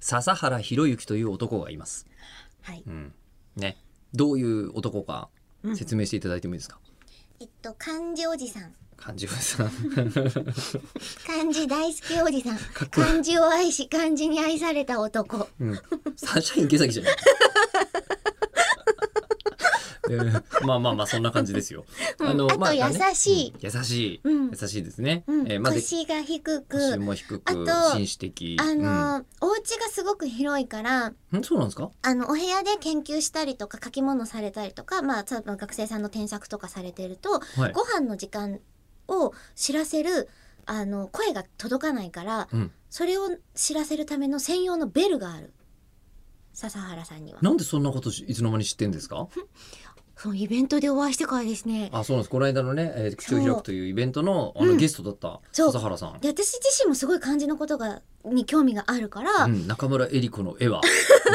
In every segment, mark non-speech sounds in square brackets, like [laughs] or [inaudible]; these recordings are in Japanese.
笹原宏之という男がいます。はい。うん、ね、どういう男か説明していただいてもいいですか。えっと、漢字おじさん。漢字おじさん。漢字大好きおじさん。っこいい漢字を愛し、漢字に愛された男。うん、サンシャイン池崎じゃない。 [laughs] えーまあまあまあそんな感じですよ。うんあとま優しいうん優しい、うん優しいですね。うん。えーまあで腰が低腰く、も低あくと紳士的。あのー、お家がすごく広いから、うん、んそうなんですか。あの、お部屋で研究したりとか、書き物されたりとか、まあ、多分学生さんの添削とかされてると、はい。ご飯の時間を知らせる、あの、声が届かないから、うん。それを知らせるための専用のベルがある。笹原さんには。なんでそんなことしいつの間に知ってんですか。そう、イベントでお会いしてからですね。あ、そうなんです。この間のね、えー口を開くというイベントのあの、うんゲストだったそう笹原さん。で私自身もすごい漢字のことがに興味があるから、うん、中村江里子の絵は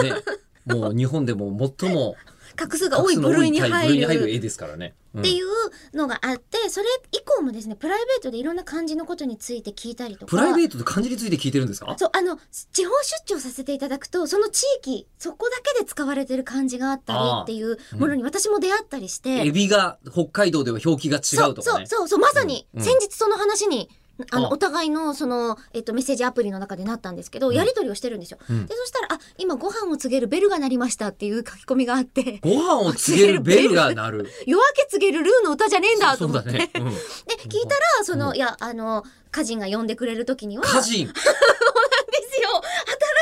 ね、 [laughs] もう日本でも最も画数が画多い数の部類に対部類入に入るる絵ですからね。うんっていうのがあってそれ以降もですねプライベートでいろんな漢字のことについて聞いたりとかプライベートで漢字について聞いてるんですか。そうあの地方出張させていただくとその地域そこだけで使われてる漢字があったりっていうあーものに私も出会ったりして、エビが北海道では表記が違うとかね。そうそうそうそうまさにうんうん先日その話に、ああのお互いのその、えっと、メッセージアプリの中でなったんですけど、んやり取りをしてるんですよ、うんでそしたら「あ今ご飯を告げるベルが鳴りました」っていう書き込みがあってご飯を告げるベルが鳴 [laughs] る。 「夜明け告げるルーの歌じゃねえんだ」とそう思だって、ね。うんで聞いたらその、いやあの歌人が呼んでくれる時には歌人。ですよ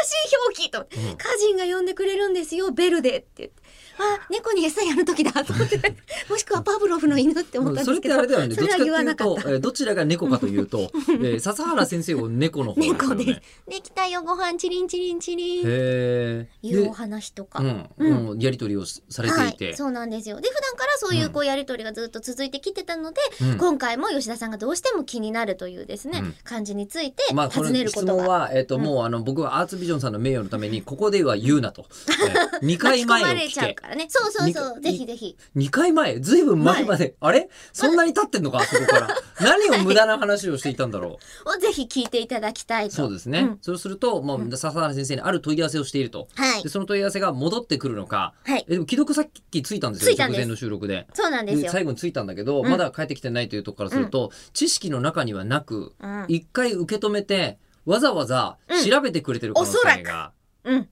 新しい表記と、ん歌人が呼んでくれるんですよベルでって言ってあ猫に餌やる時だと思って [laughs] もしくはパブロフの犬って [laughs] 思ったんそでれっすけてどあれだよね。そどっちれはか言わなかとっいうたと、えーどちらが猫かという [laughs] と、えー笹原先生を猫の方ですよ猫ですね。。できたよご飯チリンチリンチリン。へえ。いうおで、話とか。うん、うんうん、やりとりをしされてはいて。い、そうなんですよ。で、普段からそういうこうやりとりがずっと続いてきてたので、うん今回も吉田さんがどうしても気になるというですね、うん感じについてまあ、こ尋ねのるこ質と問が。は、えっ、と、もう、あの、僕はアーツビジョンさんの名誉のために、ここでは言う [laughs] なと。えー、2回巻き込前をまれ聞ちゃうけ。からね。そうそうそう。にぜひぜひ。 2回前ずいぶん前まで、あれそんなに経ってんのか、あそこ [laughs] から。何を無駄な話をしていたんだろう。をぜひ聞いていただきたいと。そうですね。うんそうすると、まあ、笹原先生にある問い合わせをしていると。はいで、。その問い合わせが戻ってくるのか。はい。え、でも既読さっきついたんですよ。ついたん直です前の収録で。そうなんですでよ。最後についたんだけど、うんまだ帰ってきてないというところからすると、知識の中にはなく、うん。一回受け止めて、わざわざ調べてくれてる可能性が、うん。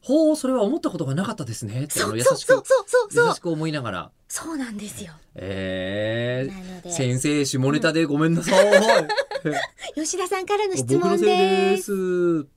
ほう、それは思ったことがなかったですね。ってあそのう優そうしそうく、そうそ優うし。く思いながら、そうなんですよ。えなのー、で、先生、下ネタでごめんなさい。吉田さんからの質僕の問せいで。ですす。